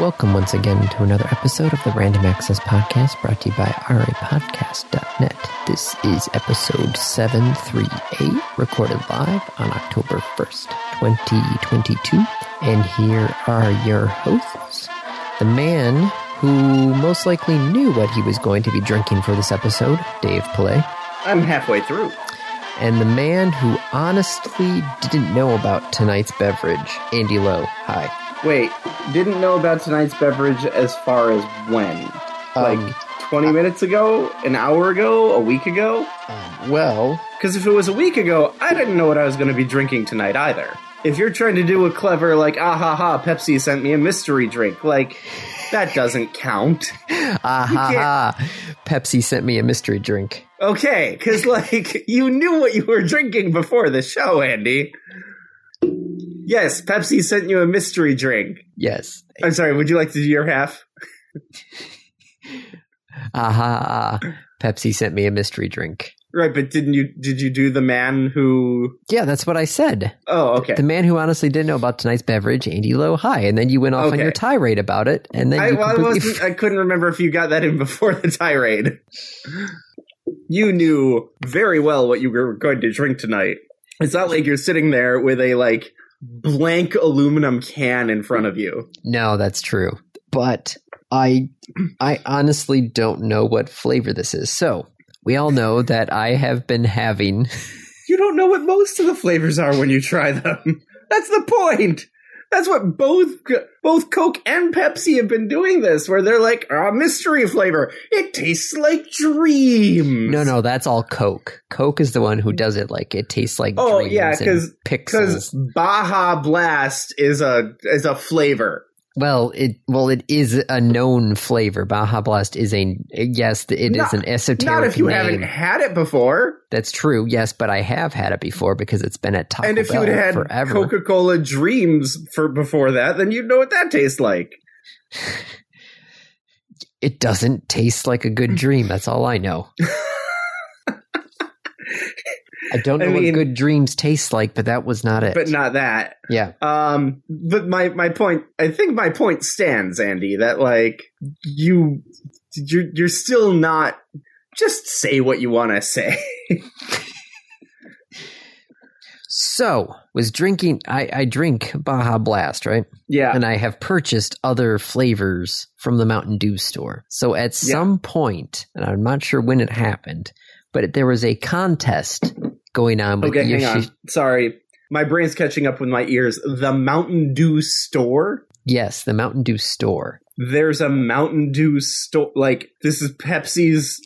Welcome once again to another episode of the Random Access Podcast brought to you by rapodcast.net. This is episode 738, recorded live on October 1st, 2022. And here are your hosts the man who most likely knew what he was going to be drinking for this episode, Dave Pillay, I'm halfway through. and the man who honestly didn't know about tonight's beverage, Andy Lowe. Hi. Wait, didn't know about tonight's beverage as far as when? Like Um, 20 minutes ago? An hour ago? A week ago? Well, Because if it was a week ago, I didn't know what I was going to be drinking tonight either. If you're trying to do a clever, like, ah ha ha, Pepsi sent me a mystery drink, like, that doesn't count. Ah ha ha. Pepsi sent me a mystery drink. Okay, because, like, you knew what you were drinking before the show, Andy. Yes, Pepsi sent you a mystery drink. Yes. I'm sorry, would you like to do your half? Ah ha ha. Pepsi sent me a mystery drink. Right, but didn't you did you do the man who Yeah, that's what I said. Oh, okay. The man who honestly didn't know about tonight's beverage, Andy Lowe High, and then you went off on Okay. your tirade about it, and then I, you well, I, completely wasn't, I couldn't remember if you got that in before the tirade. You knew very well what you were going to drink tonight. It's not like you're sitting there with a like blank aluminum can in front of you. No, that's true. But I I honestly don't know what flavor this is. So we all know that I have been having You don't know what most of the flavors are when you try them. That's the point. That's what both both Coke and Pepsi have been doing this, where they're like, "Ah, mystery flavor. It tastes like dreams." No no, that's all Coke. Coke is the one who does it like it tastes like Oh, dreams yeah, and 'cause- pixels. because Baja Blast is a is a flavor. Well, it well it is a known flavor. Baja Blast is a yes, it is Not- an esoteric Not if you name. haven't had it before, That's true. Yes, but I have had it before because it's been at Taco and if you Bell would had forever. Coca Cola Dreams for before that, then you'd know what that tastes like. it doesn't taste like a good dream. That's all I know. I don't know I what mean- good dreams taste like, but that was not it. But not that. yeah, Um, but my my point, I think my point stands, Andy. That like you, you're you're still not. Just say what you want to say. so was drinking. I, I drink Baja Blast, right? yeah. and I have purchased other flavors from the Mountain Dew store. So at Yeah. some point, and I'm not sure when it happened, but there was a contest going on with Okay, hang Yoshi. on. Sorry, my brain's catching up with my ears. The Mountain Dew store. Yes, the Mountain Dew store. there's a Mountain Dew store. Like this is Pepsi's,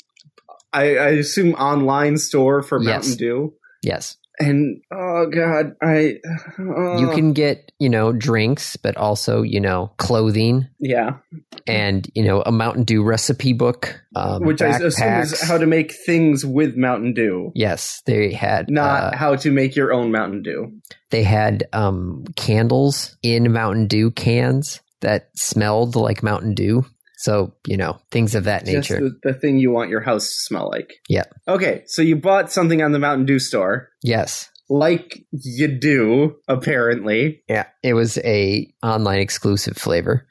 I, I assume, online store for Yes. Mountain Dew. Yes, And oh god, I uh, you can get you know drinks, but also you know clothing yeah, and you know a Mountain Dew recipe book, um, which I assume backpacks. is how to make things with Mountain Dew, Yes, they had uh, not how to make your own Mountain Dew. They had um, candles in Mountain Dew cans that smelled like Mountain Dew. So, you know, things of that Just nature. the, the thing you want your house to smell like. Yeah. Okay, so you bought something on the Mountain Dew store, yes. like you do apparently. Yeah. It was a online exclusive flavor.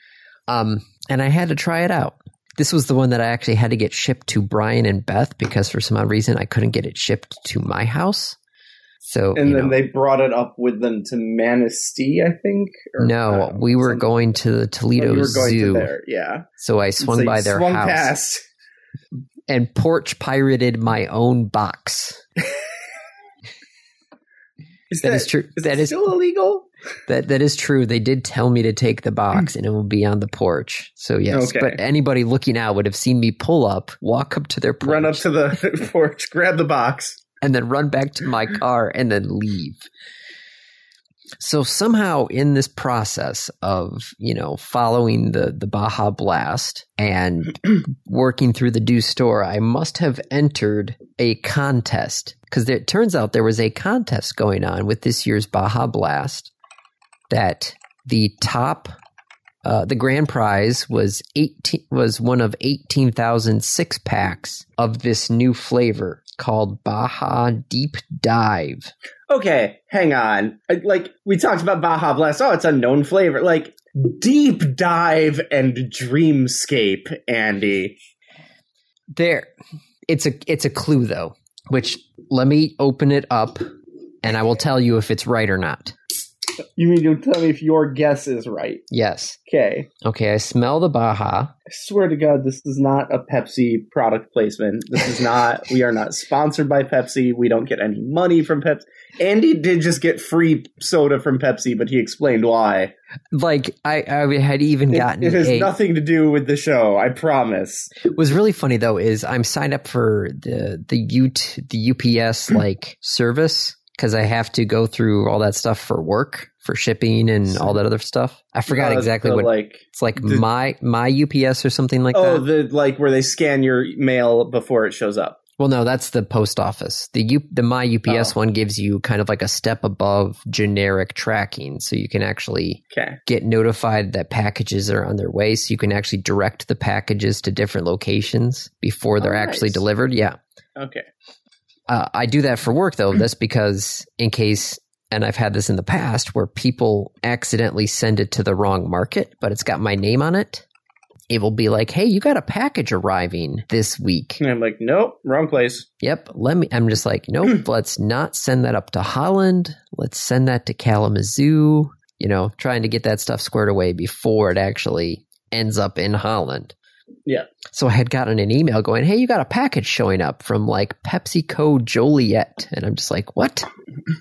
Um, and I had to try it out. This was the one that I actually had to get shipped to Brian and Beth because for some odd reason I couldn't get it shipped to my house. So, And you know, then they brought it up with them to Manistee, I think. or- I no, don't know, we were something. going to the Toledo Oh, you were going to Zoo. there, yeah. So I swung So you by their swung house past. and porch pirated my own box. Is that is true. that is that is still illegal? that that is true. They did tell me to take the box, and it will be on the porch. So yes, Hmm. Okay. but anybody looking out would have seen me pull up, walk up to their porch, Run up to the porch, grab the box. and then run back to my car and then leave. So somehow in this process of, you know, following the the Baja Blast and working through the Dew store, I must have entered a contest cuz it turns out there was a contest going on with this year's Baja Blast that the top uh, the grand prize was 18 was one of 18,000 six packs of this new flavor called Baja Deep Dive. Okay, hang on. I- Like we talked about Baja Blast. Oh, it's a known flavor. Like deep dive and dreamscape, Andy. There, it's a it's a clue though. Which let me open it up, and I will tell you if it's right or not. You mean you'll tell me if your guess is right? Yes. Okay. Okay. I smell the Baja. I swear to God, this is not a Pepsi product placement. This is not. we are not sponsored by Pepsi. We don't get any money from Pepsi. Andy did just get free soda from Pepsi, but he explained why. Like I, I had even It- gotten it, has a- nothing to do with the show. I promise. was really funny though is I'm signed up for the the UT, the UPS Hmm. like service because I have to go through all that stuff for work for shipping and all that other stuff. I forgot Uh, exactly the, what like. it's like the- my my UPS or something like oh, that. the like where they scan your mail before it shows up. well, no, that's the post office. The U, the my UPS Oh. one gives you kind of like a step above generic tracking, so you can actually Okay. get notified that packages are on their way so you can actually direct the packages to different locations before they're Oh, actually nice. delivered yeah Okay. uh, I do that for work though. That's because in case, and I've had this in the past where people accidentally send it to the wrong market, but it's got my name on it. It will be like, hey, you got a package arriving this week. And I'm like, nope, wrong place. Yep. Let me, I'm just like, nope, let's not send that up to Holland. Let's send that to Kalamazoo, you know, trying to get that stuff squared away before it actually ends up in Holland. Yeah. So I had gotten an email going, hey, you got a package showing up from like PepsiCo Joliet. And I'm just like, what?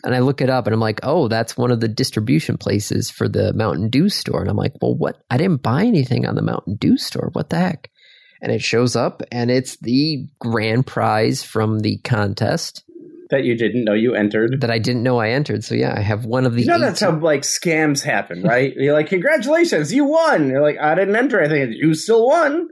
And I look it up and I'm like, oh, that's one of the distribution places for the Mountain Dew store. And I'm like, well, what? I didn't buy anything on the Mountain Dew store. What the heck? and it shows up and it's the grand prize from the contest That you didn't know you entered. that I didn't know I entered. So yeah, I have one of the You know that's how 18 like scams happen, right? You're like, congratulations, you won. You're like, I didn't enter anything. You still won.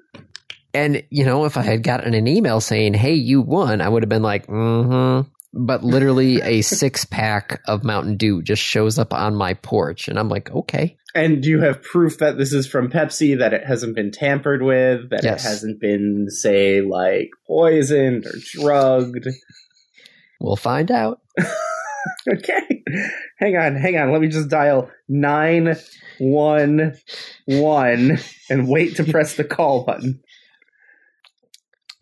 and you know if I had gotten an email saying, "Hey, you won," I would have been like, "Mm-hmm." But literally a six pack of Mountain Dew just shows up on my porch, and I'm like, "Okay, And you have proof that this is from Pepsi, that it hasn't been tampered with, that Yes. it hasn't been, say, like poisoned or drugged. we'll find out." Okay. Hang on, hang on. Let me just dial 911 and wait to press the call button.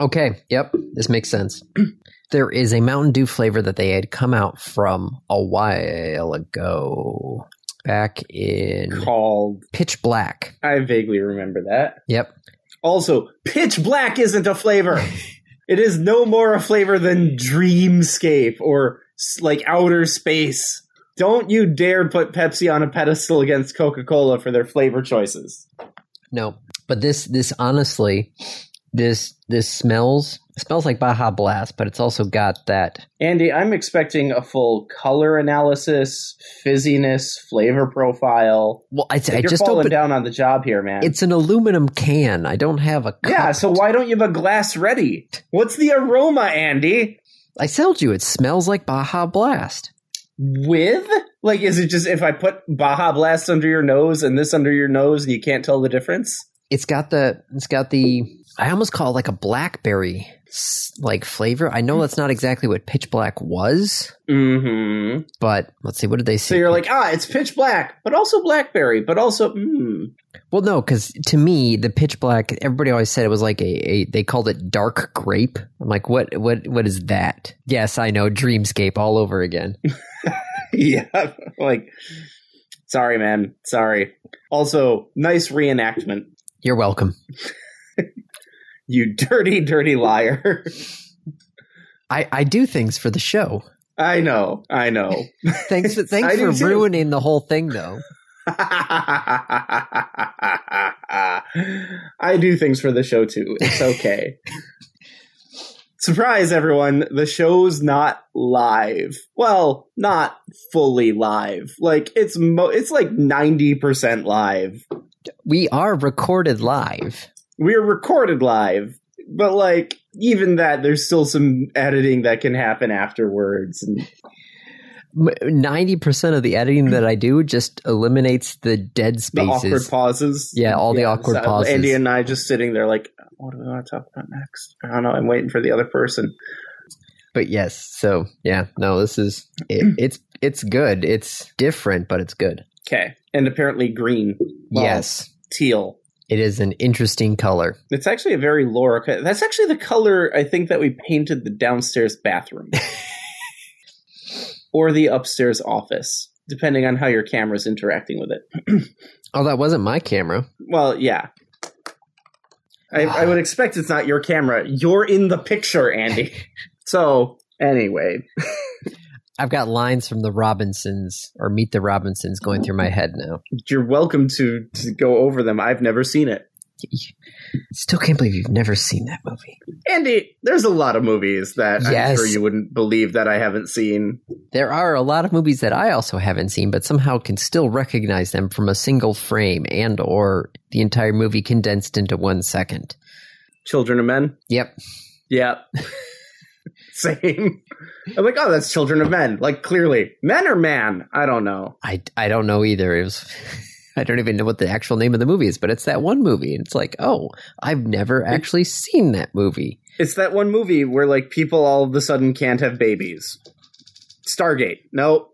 Okay, yep, this makes sense. There is a Mountain Dew flavor that they had come out from a while ago, back in Called. Pitch Black. I vaguely remember that. Yep, Also, pitch black isn't a flavor. it is no more a flavor than dreamscape or s- like outer space. Don't you dare put Pepsi on a pedestal against Coca-Cola for their flavor choices. No, but this this honestly, this this smells smells like Baja Blast, but it's also got that. Andy, I'm expecting a full color analysis, fizziness, flavor profile. Well, I, I You're just falling opened. down on the job here, man. It's an aluminum can. I don't have a cup. yeah, so why don't you have a glass ready? What's the aroma, Andy? I sold you. It smells like Baja Blast. with like is it just if i put baja blast under your nose and this under your nose and you can't tell the difference It's got the it's got the I almost call it like a blackberry s- like flavor. I know Hmm. that's not exactly what pitch black was, mm-hmm but let's see. What did they say? so you're like ah it's pitch black but also blackberry but also mm. Well, no, because to me, the pitch black. Everybody always said it was like a, a. They called it dark grape. I'm like, what? What? What is that? Yes, I know, dreamscape all over again. yeah like sorry man sorry also nice reenactment You're welcome. you dirty dirty liar I I do things for the show. i know i know Thanks for thanks I do for too. ruining the whole thing, though. I do things for the show too. It's okay. Surprise, everyone. The show's not live. Well, not fully live. Like it's mo- it's like 90% live. We are recorded live. We're recorded live, but like even that there's still some editing that can happen afterwards and Ninety percent of the editing that I do just eliminates the dead the awkward spaces. pauses. Yeah, all the awkward pauses. Andy and I just sitting there like, what do we want to talk about next? I don't know. I'm waiting for the other person. but yes, so yeah, no, this is it, it's it's good. It's different, but it's good. Okay. And apparently green. Well, Yes, Teal. it is an interesting color. It's actually a very Laura. co- That's actually the color I think that we painted the downstairs bathroom or the upstairs office, depending on how your camera's interacting with it. Oh, that wasn't my camera. Well, yeah. I, I would expect it's not your camera. You're in the picture, Andy. so, anyway, I've got lines from the Robinsons or Meet the Robinsons going through my head now. you're welcome to, to go over them. I've never seen it. Still can't believe you've never seen that movie. Andy, there's a lot of movies that I'm Yes. sure you wouldn't believe that I haven't seen. There are a lot of movies that I also haven't seen, but somehow can still recognize them from a single frame and or the entire movie condensed into one second. Children of Men. Yep. Yeah. Same. I'm like, oh, that's Children of Men. Like, clearly, men or man? I don't know. I, I don't know either. It was, I don't even know what the actual name of the movie is, but it's that one movie. And it's like, oh, I've never actually seen that movie. It's that one movie where like people all of a sudden can't have babies. Stargate. Nope.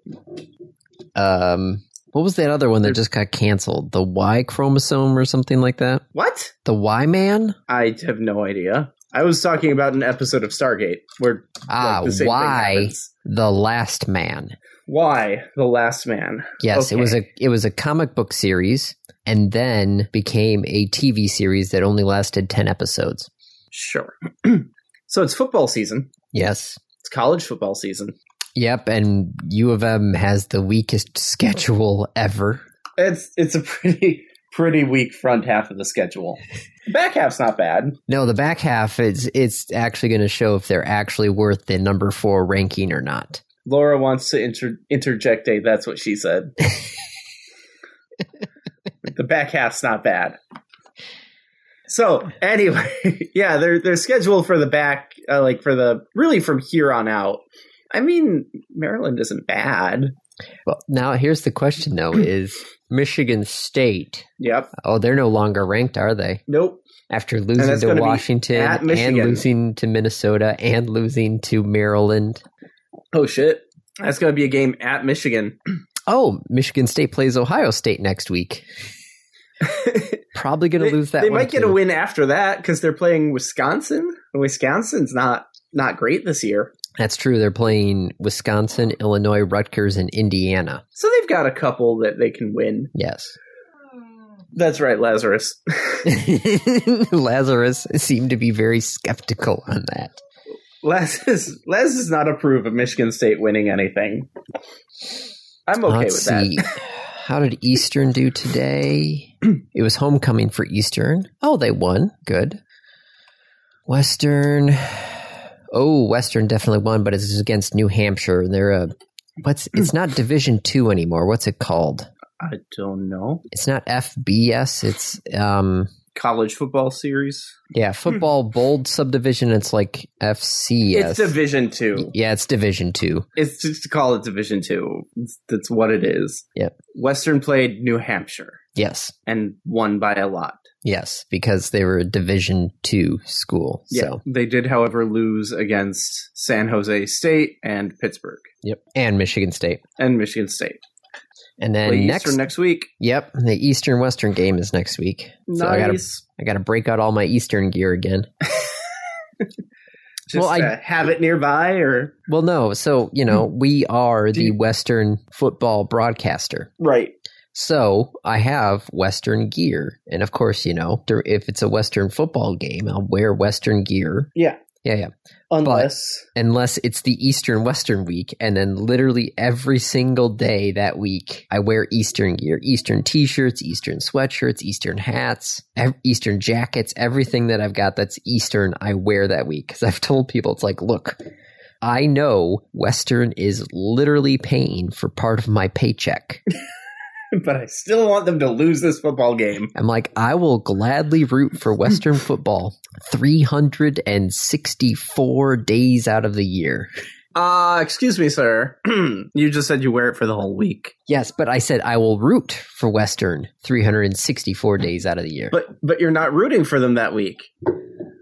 Um, what was that other one that just got canceled? The Y chromosome or something like that? What? The Y man? I have no idea. I was talking about an episode of Stargate where Ah, like, the same thing why happens. the last man? Why the Last Man? Yes, it was Okay. a it was a comic book series and then became a TV series that only lasted 10 episodes. Sure. so it's football season. Yes. It's college football season. Yep, and U of M has the weakest schedule ever. It's it's a pretty pretty weak front half of the schedule. Back half's not bad. No, the back half is it's actually going to show if they're actually worth the number 4 ranking or not. Laura wants to inter- interject a that's what she said. the back half's not bad. So anyway, yeah, their their schedule for the back, uh, like for the really from here on out. I mean, Maryland isn't bad. Well, now here's the question though is Michigan State. Yep. Oh, they're no longer ranked, are they? Nope. After And losing that's to gonna be Washington at and Michigan. losing to Minnesota and losing to Maryland. Oh shit. That's going to be a game at Michigan. Oh, Michigan State plays Ohio State next week. Probably going they to lose that. they one might get too. a win after that because they're playing Wisconsin. Wisconsin's not not great this year, That's true. They're playing Wisconsin, Illinois, Rutgers, and Indiana. so they've got a couple that they can win. Yes, That's right, Lazarus. Lazarus seemed to be very skeptical on that. Les is, Les does not approve of Michigan State winning anything. I'm okay Let's with that. see. How did Eastern do today? it was homecoming for Eastern. Oh, they won. Good. Western. Oh, Western definitely won, but it's against New Hampshire. They're a what's it's not Division Two anymore. What's it called? I don't know. It's not FBS. It's um College football series. yeah, football bold subdivision. It's like FCS. It's Division Two. yeah, it's Division Two. It's just to call it Division Two. It's- That's what it is. Yep. Western played New Hampshire Yes. and won by a lot. Yes, because they were a Division Two school. Yeah. So They did, however, lose against San Jose State and Pittsburgh Yep. And Michigan State. and Michigan State. And then Play next, Eastern next week. Yep, the Eastern Western game is next week. So I gotta Nice. I gotta break out all my Eastern gear again. Just Well, I- uh, have it nearby or Well no, so you know, we are Do the you- Western football broadcaster. right. So I have Western gear. And of course, you know, dur- if it's a Western football game, I'll wear Western gear. Yeah. Yeah, yeah. Unless Unless it's the Eastern Western week. And then literally every single day that week, I wear Eastern gear Eastern t shirts, Eastern sweatshirts, Eastern hats, ev- Eastern jackets, everything that I've got that's Eastern, I wear that week. Because I've told people, it's like, look, I know Western is literally paying for part of my paycheck. but I still want them to lose this football game. I'm like, I will gladly root for Western football 364 days out of the year. Uh, excuse me, sir. you just said you wear it for the whole week. Yes, but I said I will root for Western 364 days out of the year. But but you're not rooting for them that week.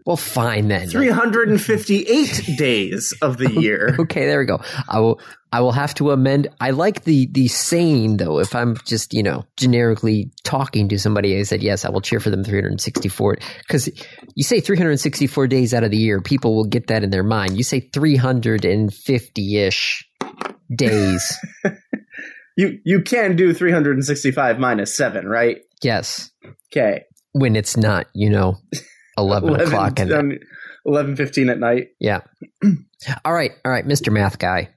Well, fine then. 358 days of the year. Okay, there we go. I will. I will have to amend. I like the the saying though. If I'm just you know generically talking to somebody, I said yes, I will cheer for them 364 because you say 364 days out of the year, people will get that in their mind. You say 350 ish days. You you can do 365 minus 7, right? yes, Okay. when it's not you know 11, o'clock and um, 11:15 at night. yeah. All right, all right, Mr. Math Guy.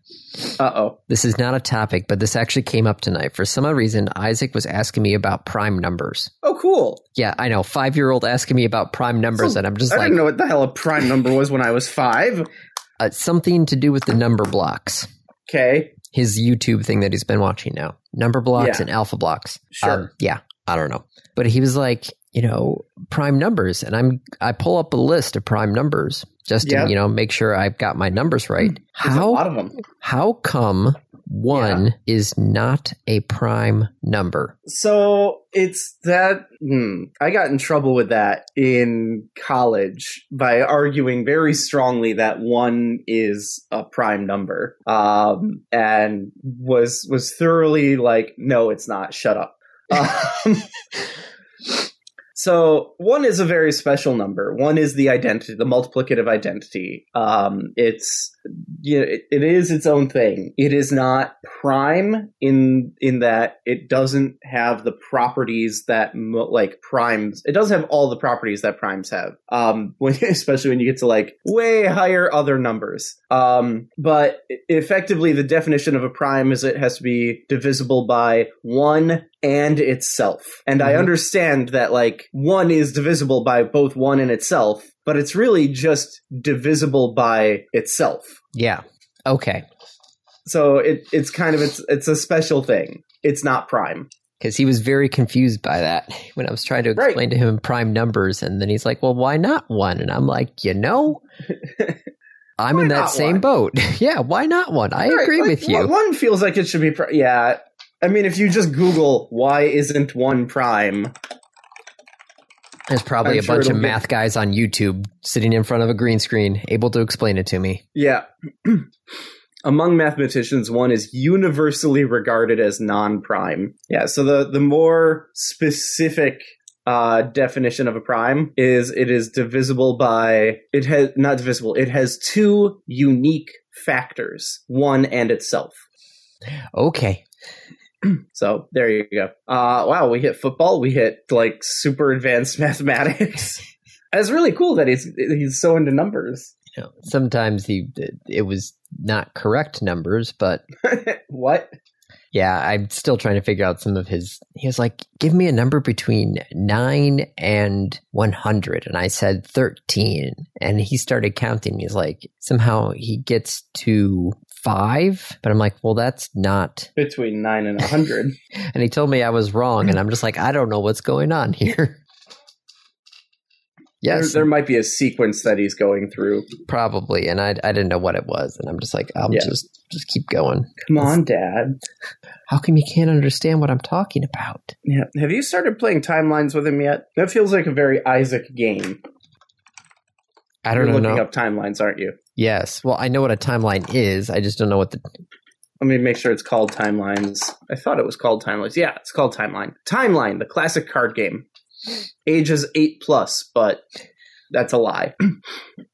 Uh-oh. This is not a topic, but this actually came up tonight. For some odd reason, Isaac was asking me about prime numbers. Oh cool. Yeah, I know. Five year old asking me about prime numbers, and I'm just Oh, I like, didn't know what the hell a prime number was when I was 5. uh, something to do with the number blocks. Okay. His YouTube thing that he's been watching now. Number blocks Yeah. and alpha blocks. Sure. Um, yeah, I don't know. But he was like, you know, prime numbers. And I'm, I pull up a list of prime numbers just to, Yeah. you know, make sure I've got my numbers right. There's a lot How, of them. how come one is not a prime number? So it's that hmm, I got in trouble with that in college by arguing very strongly that one is a prime number, um, and was was thoroughly like, no, it's not. Shut up. Um, so one is a very special number. One is the identity, the multiplicative identity. Um, it's you know, it, it is its own thing. It is not prime in in that it doesn't have the properties that mo- like primes. It doesn't have all the properties that primes have. Um, when especially when you get to like way higher other numbers. Um, but e- effectively, the definition of a prime is it has to be divisible by one and itself. And I Mhm. understand that like one is divisible by both one and itself. But it's really just divisible by itself Yeah. Okay. so it it's kind of it's it's a special thing. It's not prime. because he was very confused by that when I was trying to Right. explain to him prime numbers, and then he's like, "Well, why not one?" And I'm like, "You know, I'm Why in that not same one?" boat. yeah, why not one? I Right, agree like, with you. One, one feels like it should be prime. Yeah, I mean, if you just Google why isn't one prime, There's probably I'm a sure bunch of it'll get- math guys on YouTube sitting in front of a green screen, able to explain it to me. yeah. Among mathematicians, one is universally regarded as non-prime. Yeah, so the the more specific uh, definition of a prime is it is divisible by it has not divisible. It has two unique factors, one and itself. Okay, So there you go. Uh, wow, we hit football. We hit like super advanced mathematics. It's really cool that he's he's so into numbers. You know, sometimes he it was not correct numbers, but what? yeah, I'm still trying to figure out some of his. He was like, "Give me a number between nine and one hundred, and I said thirteen, and he started counting. He's like, somehow he gets to five, but I'm like, well, that's not. Between nine and a hundred. And he told me I was wrong, and I'm just like, I don't know what's going on here. Yes, there, there might be a sequence that he's going through. probably, and I I didn't know what it was, and I'm just like, I'll Yeah. just just keep going. Come on, Dad. How come you can't understand what I'm talking about? Yeah. Have you started playing timelines with him yet? That feels like a very Isaac game. I don't You're know. looking up timelines, aren't you? Yes. Well, I know what a timeline is. I just don't know what the. Let me make sure it's called Timelines. I thought it was called Timelines. Yeah, it's called Timeline. Timeline, the classic card game. Ages 8 plus, but that's a lie.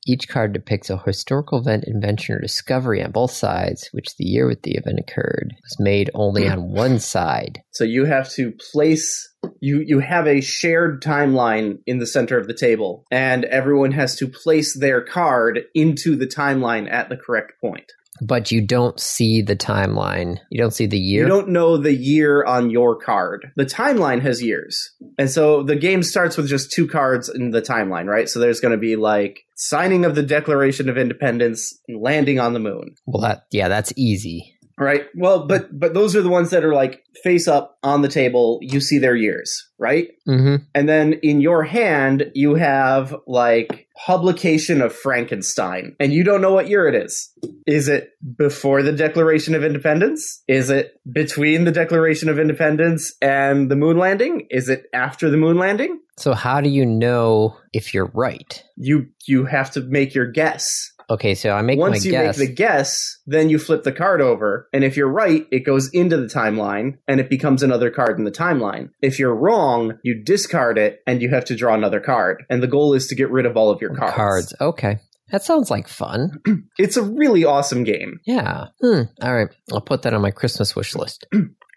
Each card depicts a historical event, invention, or discovery on both sides, which the year with the event occurred was made Hmm. only on one side. So you have to place you you have a shared timeline in the center of the table and everyone has to place their card into the timeline at the correct point. But you don't see the timeline. You don't see the year. You don't know the year on your card. The timeline has years. And so the game starts with just two cards in the timeline, right? So there's going to be like signing of the Declaration of Independence and landing on the moon. well, that yeah, that's easy. right? Well, but but those are the ones that are like face up on the table. You see their years, right? Mm-hmm. And then in your hand, you have like publication of Frankenstein, and you don't know what year it is. Is it before the Declaration of Independence? Is it between the Declaration of Independence and the moon landing? Is it after the moon landing? So how do you know if you're right? You you have to make your guess. Okay, so I make my Once you guess. make the guess, then you flip the card over, and if you're right, it goes into the timeline and it becomes another card in the timeline. If you're wrong, you discard it and you have to draw another card. And the goal is to get rid of all of your cards. cards. Okay. That sounds like fun. It's a really awesome game. Yeah. Hmm. All right. I'll put that on my Christmas wish list.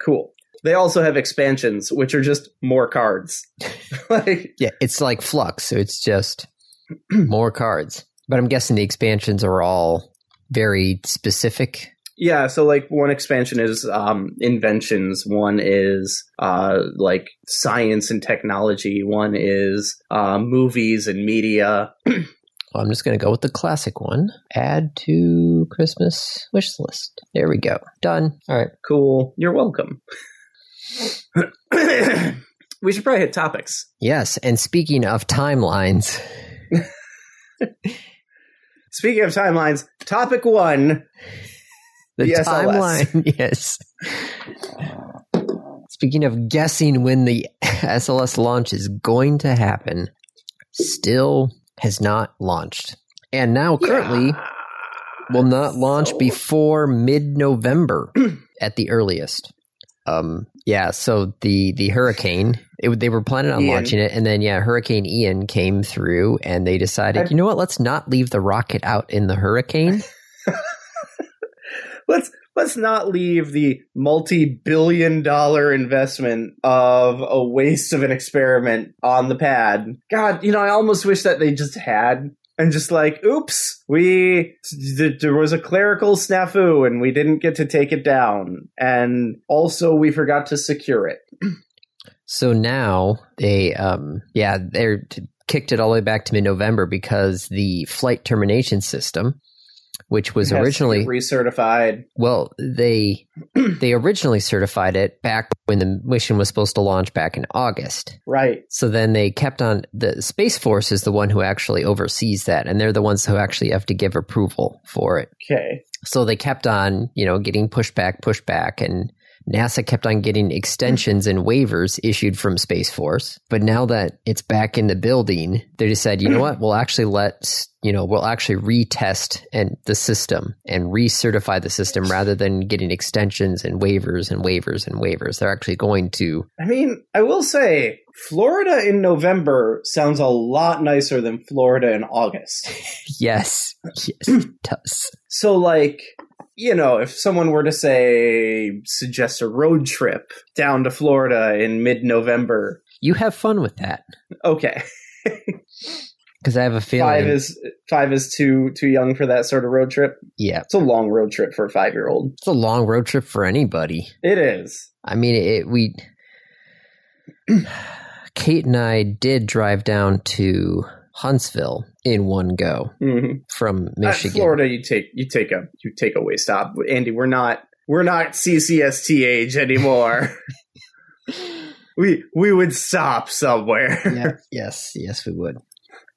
Cool. They also have expansions, which are just more cards. like Yeah, it's like Flux. So it's just more cards. But I'm guessing the expansions are all very specific. yeah, so like one expansion is um, inventions, one is uh, like science and technology, one is uh, movies and media. Well, I'm just going to go with the classic one. Add to Christmas wish list. There we go. Done. All right. Cool. You're welcome. we should probably hit topics. Yes. And speaking of timelines, Speaking of timelines, topic one. the The SLS. timeline. Yes. Speaking of guessing when the SLS launch is going to happen, still has not launched. And now currently Yeah. will not launch Uh, So- before mid-November at the earliest. Um, yeah, so the the hurricane, it, they were planning on Ian. launching it, and then yeah, Hurricane Ian came through, and they decided, I- you know what, let's not leave the rocket out in the hurricane. let's let's not leave the multi-billion dollar investment of a waste of an experiment on the pad god you know i almost wish that they just had and just like oops we th- there was a clerical snafu and we didn't get to take it down and also we forgot to secure it So now they, um, yeah, they're t- kicked it all the way back to mid-November because the flight termination system, which was It has to originally get recertified well, they they originally certified it back when the mission was supposed to launch back in August. right So then they kept on the Space Force is the one who actually oversees that, and they're the ones who actually have to give approval for it. okay So they kept on, you know, getting pushed back, pushed back, and NASA kept on getting extensions and waivers issued from Space Force. But now that it's back in the building, they just said, you know what, we'll actually let, you know, we'll actually retest and the system and recertify the system rather than getting extensions and waivers and waivers and waivers. They're actually going to I mean, I will say Florida in November sounds a lot nicer than Florida in August. Yes, yes, it does. So, like, you know, if someone were to say, suggest a road trip down to Florida in mid November, You have fun with that okay, because I have a feeling. five is five is too too young for that sort of road trip. yeah, It's a long road trip for a five year old. it's a long road trip for anybody. It is. I mean, it. We Kate and I did drive down to Huntsville in one go Mhm. from Uh, Michigan. Florida, you take you take a you take away stop, Andy. We're not we're not CCST age anymore. we we would stop somewhere. yeah. Yes. Yes, we would.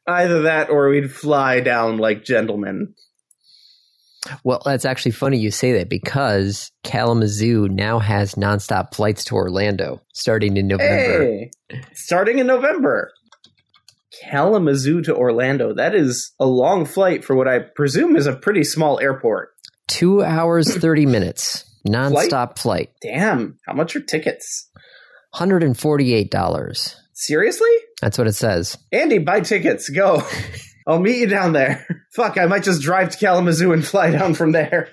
Either that or we'd fly down like gentlemen. Well, that's actually funny you say that because Kalamazoo now has nonstop flights to Orlando starting in November. Hey! Starting in November. Kalamazoo to Orlando. That is a long flight for what I presume is a pretty small airport. Two hours thirty minutes nonstop flight. Damn, how much are tickets? $148. Seriously? That's what it says. Andy, buy tickets. Go. I'll meet you down there. Fuck, I might just drive to Kalamazoo and fly down from there.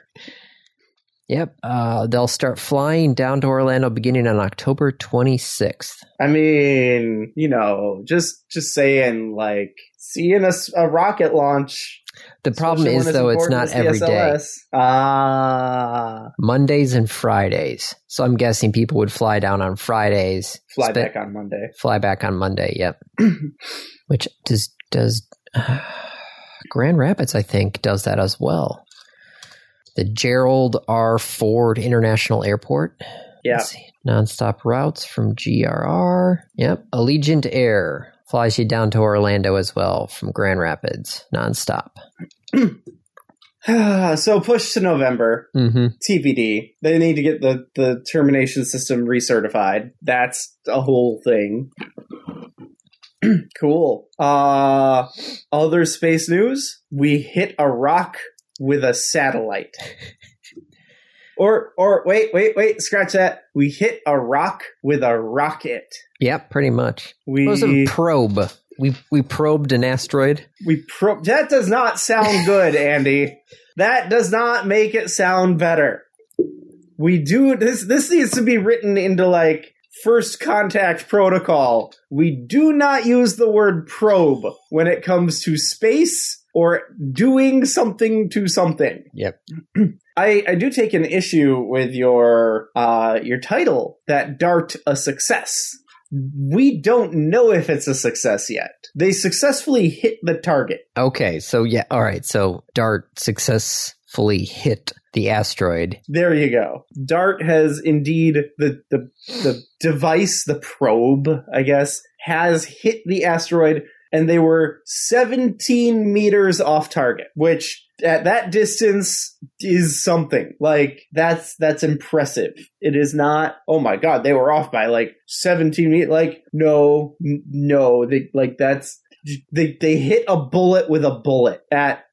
Yep. Uh, they'll start flying down to Orlando beginning on October 26th. I mean, you know, just just saying like seeing a, s- a rocket launch The problem Especially is, when though, it's important not as the every day. SLS. Ah, Mondays and Fridays. So I'm guessing people would fly down on Fridays, fly spe- back on Monday. fly back on Monday. Yep. Which does, uh, does Grand Rapids, I think, does that as well. the Gerald R. Ford International Airport. Yeah. Let's see. Nonstop routes from GRR. Yep. Allegiant Air flies you down to Orlando as well from Grand Rapids. Nonstop. so push to November. Mm-hmm. TBD. They need to get the, the termination system recertified. That's a whole thing. cool. Uh, other space news. We hit a rock with a satellite. or or wait, wait, wait, scratch that. We hit a rock with a rocket. Yep, pretty much. We What was it? Probe. We we probed an asteroid. We pro- that does not sound good, Andy. That does not make it sound better. We do this. This needs to be written into like first contact protocol. We do not use the word probe when it comes to space or doing something to something. Yep. I, I do take an issue with your uh, your title that dart a success. We don't know if it's a success yet. They successfully hit the target. Okay, so yeah, all right. So Dart successfully hit the asteroid. There you go. Dart has indeed the the the device, the probe, I guess, has hit the asteroid and they were 17 meters off target, which at that distance is something. Like that's that's impressive. It is not, oh my god, they were off by like 17 meters. Like no, n- no, they like that's they they hit a bullet with a bullet at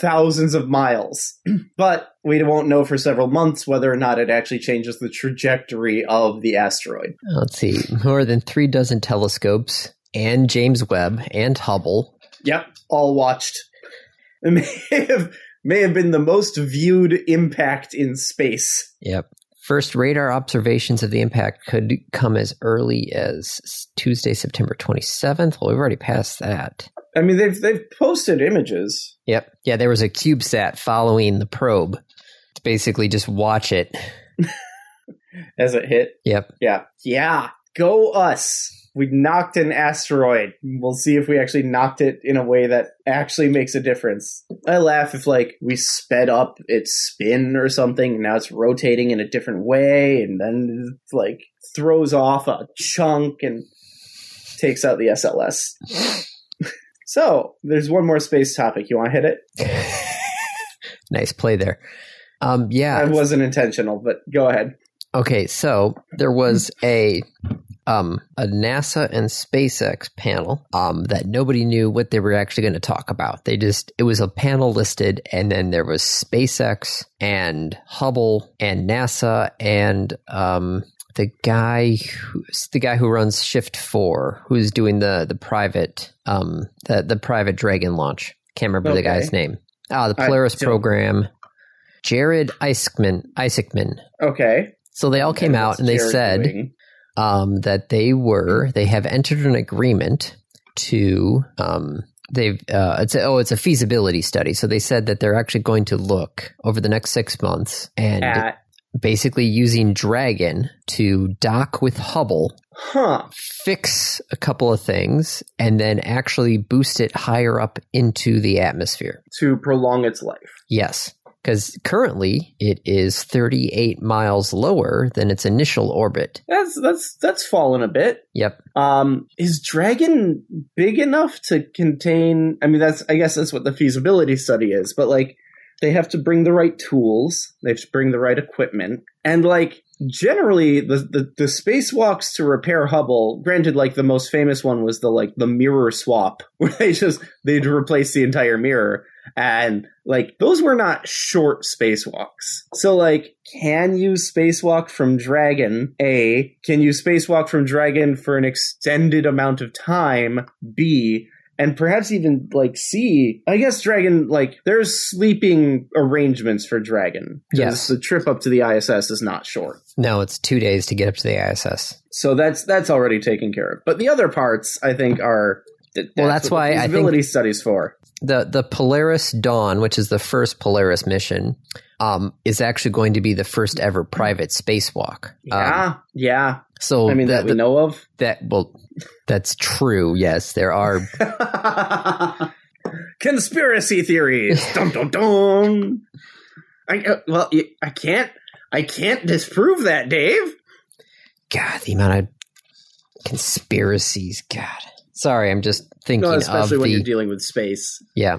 thousands of miles. but we won't know for several months whether or not it actually changes the trajectory of the asteroid. Let's see, more than three dozen telescopes and James Webb and Hubble. Yep, all watched. It may have may have been the most viewed impact in space. Yep. First radar observations of the impact could come as early as Tuesday, September 27th. Well, we've already passed that. I mean, they've they've posted images. Yep. Yeah, there was a CubeSat following the probe. It's basically just watch it. as it hit. Yep. Yeah. Yeah. Go us. We knocked an asteroid. We'll see if we actually knocked it in a way that actually makes a difference. I laugh if like we sped up its spin or something, and now it's rotating in a different way, and then it's, like throws off a chunk and takes out the SLS. so there's one more space topic. You want to hit it? Nice play there. Um, yeah. I wasn't intentional, but go ahead. Okay, so there was a um a NASA and SpaceX panel um that nobody knew what they were actually going to talk about. They just it was a panel listed and then there was SpaceX and Hubble and NASA and um the guy who's the guy who runs Shift 4 who's doing the the private um the the private Dragon launch. Can't remember the Okay. guy's name. Ah, the All right, Polaris so- program. Jared Isaacman Isaacman Okay. so they all came out What's and they Jared said doing? um, that they were they have entered an agreement to um, they've uh, it's a, oh it's a feasibility study. So they said that they're actually going to look over the next six months and at basically using Dragon to dock with Hubble, huh. fix a couple of things, and then actually boost it higher up into the atmosphere. to prolong its life. Yes, because currently it is 38 miles lower than its initial orbit. That's that's that's fallen a bit. Yep. Um, is Dragon big enough to contain? I mean, that's I guess that's what the feasibility study is. But like, they have to bring the right tools. They have to bring the right equipment, and like generally the the, the spacewalks to repair Hubble. Granted, like the most famous one was the like the mirror swap, where they just they'd replace the entire mirror, and like those were not short spacewalks. So like, can you spacewalk from Dragon? A, can you spacewalk from Dragon for an extended amount of time? B, and perhaps even like C. I guess Dragon like there's sleeping arrangements for Dragon. 'cause Yes. the trip up to the ISS is not short. No, it's two days to get up to the ISS. So that's that's already taken care of. But the other parts, I think, are that, Well, that's what why I the think- feasibility studies for. The the Polaris Dawn, which is the first Polaris mission, um, is actually going to be the first ever private spacewalk. Um, Yeah, yeah. so I mean that, that, we that, know of. well, that's true. Yes, there are. Conspiracy theories. dum dum dum. I uh, well, y- I can't, I can't disprove that, Dave. God, the amount of conspiracies. God, sorry, I'm just thinking No, especially of when you're the dealing with space. yeah.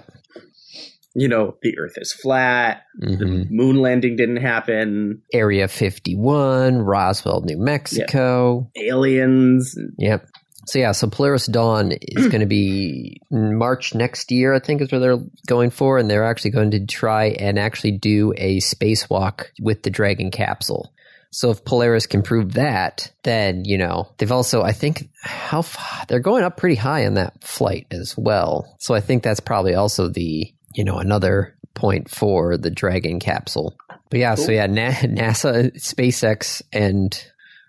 You know, the Earth is flat. mhm. The moon landing didn't happen. Area 51, Roswell, New Mexico. Aliens. Yep. So yeah, so Polaris Dawn is going to be March next year, I think is where they're going for, and they're actually going to try and actually do a spacewalk with the Dragon capsule. So if Polaris can prove that, then you know they've also I think how far, they're going up pretty high in that flight as well. So I think that's probably also the you know another point for the Dragon capsule. But yeah, so Cool. yeah, Na- NASA, SpaceX, and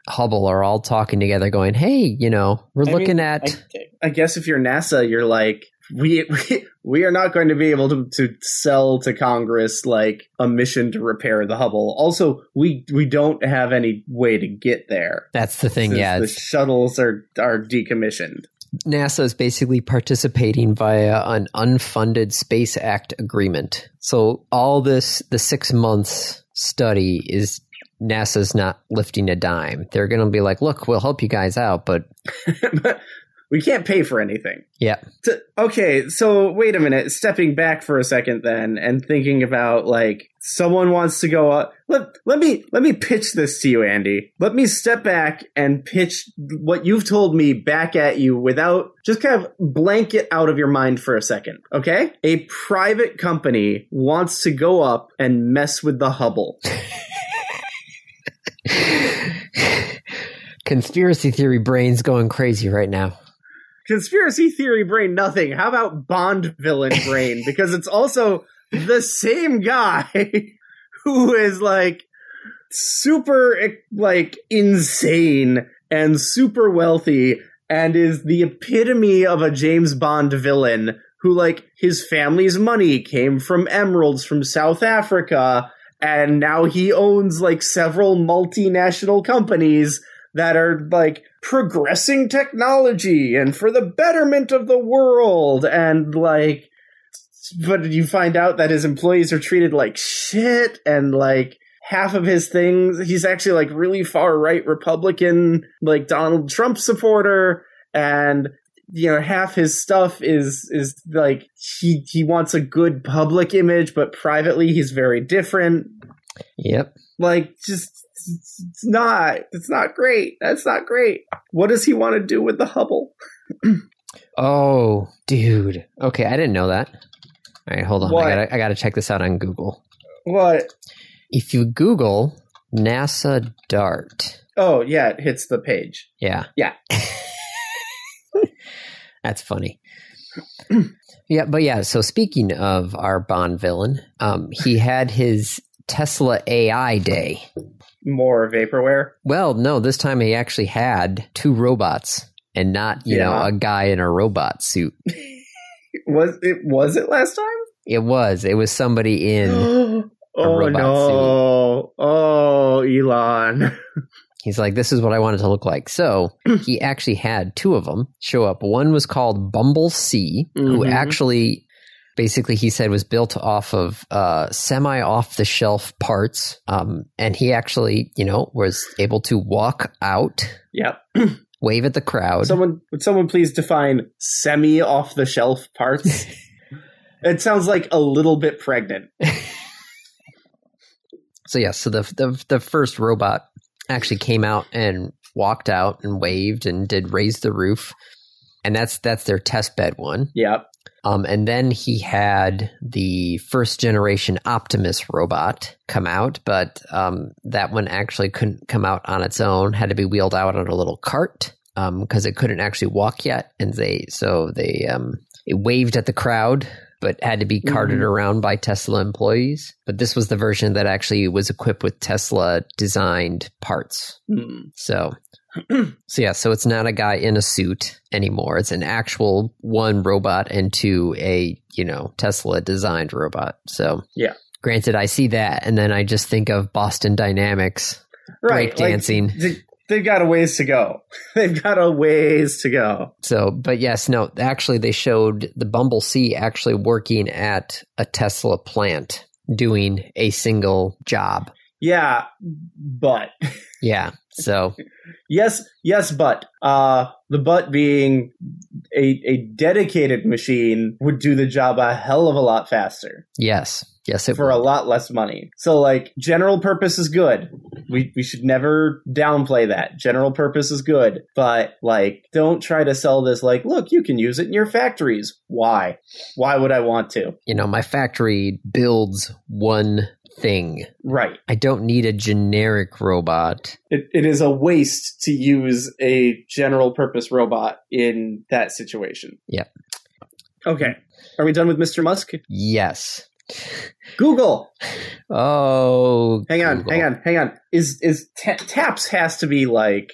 Hubble are all talking together, going, "Hey, you know, we're I looking mean, at I- I guess if you're NASA, you're like, we we, we are not going to be able to, to sell to Congress like a mission to repair the Hubble. Also, we we don't have any way to get there. that's the thing." since Yeah, the it's- shuttles are are decommissioned. NASA is basically participating via an unfunded Space Act agreement. So all this, the six months study is NASA's not lifting a dime. They're going to be like, "Look, we'll help you guys out," but but we can't pay for anything. Yeah. T- okay, so wait a minute. Stepping back for a second, then, and thinking about like someone wants to go up. Let let me let me pitch this to you, Andy. Let me step back and pitch what you've told me back at you without just kind of blanket out of your mind for a second. Okay, a private company wants to go up and mess with the Hubble. conspiracy theory brain's going crazy right now. conspiracy theory brain nothing how about bond villain brain because it's also the same guy who is like super like insane and super wealthy and is the epitome of a James Bond villain who like his family's money came from emeralds from South Africa and now he owns like several multinational companies that are like progressing technology and for the betterment of the world and like but you find out that his employees are treated like shit and like half of his things he's actually like really far right republican like Donald Trump supporter and you know half his stuff is is like he he wants a good public image but privately he's very different Yep. like just it's it's not it's not great that's not great what does he want to do with the hubble Oh, dude. Okay, I didn't know that. All right, hold on. What? I gotta, I gotta check this out on Google. what If you Google NASA DART, oh yeah it hits the page Yeah. Yeah. That's funny. yeah, but yeah, so speaking of our Bond villain, um, he had his Tesla AI day. more vaporware Well, no, this time he actually had two robots and not, you know, Yeah. a guy in a robot suit. was it was it last time It was. It was somebody in oh robot no oh elon He's like, this is what I want it to look like. So he actually had two of them show up. One was called Bumble C, who Mhm. actually, basically, he said was built off of uh, semi off the shelf parts. Um, and he actually, you know, was able to walk out, yep wave at the crowd. someone would someone please define semi off the shelf parts it sounds like a little bit pregnant So yeah, so the, the the first robot actually came out and walked out and waved and did raise the roof, and that's that's their test bed one. yep Um, and then he had the first generation Optimus robot come out, but um, that one actually couldn't come out on its own; had to be wheeled out on a little cart because it couldn't actually walk yet. And they so they um, it waved at the crowd, but had to be carted Mhm. around by Tesla employees. But this was the version that actually was equipped with Tesla designed parts. Hmm. So, so yeah, so it's not a guy in a suit anymore. It's an actual one robot and two a you know Tesla designed robot. So Yeah. Granted, I see that, and then I just think of Boston Dynamics right like, breakdancing. they, they've got a ways to go. They've got a ways to go. so, but yes, no, actually, they showed the Bumble C actually working at a Tesla plant doing a single job. Yeah, but Yeah. So yes, yes, but uh, the but being a a dedicated machine would do the job a hell of a lot faster yes, yes, it for a lot less money. So like general purpose is good. We we should never downplay that. General purpose is good, but like don't try to sell this like look, you can use it in your factories. Why? Why would I want to? you know my factory builds one thing. Right. I don't need a generic robot. It, it is a waste to use a general purpose robot in that situation. Yep. Okay. Are we done with Mr. Musk? Yes. Google. Oh, Hang on, Google. hang on, hang on. Is is ta- Taps has to be like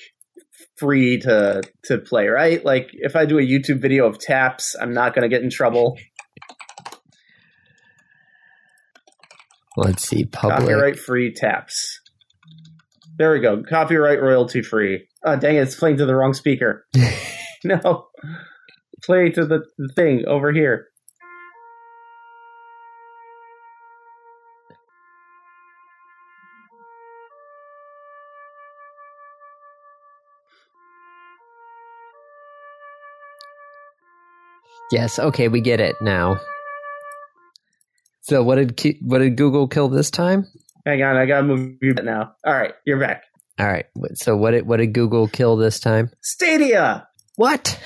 free to to play, right? Like if I do a YouTube video of Taps, I'm not going to get in trouble. Let's see. Public. Copyright free Taps. There we go. Copyright royalty free. Oh, dang it, it's playing to the wrong speaker. no. Play to the, the thing over here. Yes. Okay, we get it now. So what did Ki- what did Google kill this time? Hang on, I gotta move you back now. All right, you're back. All right. wh- So what did what did Google kill this time? Stadia! What?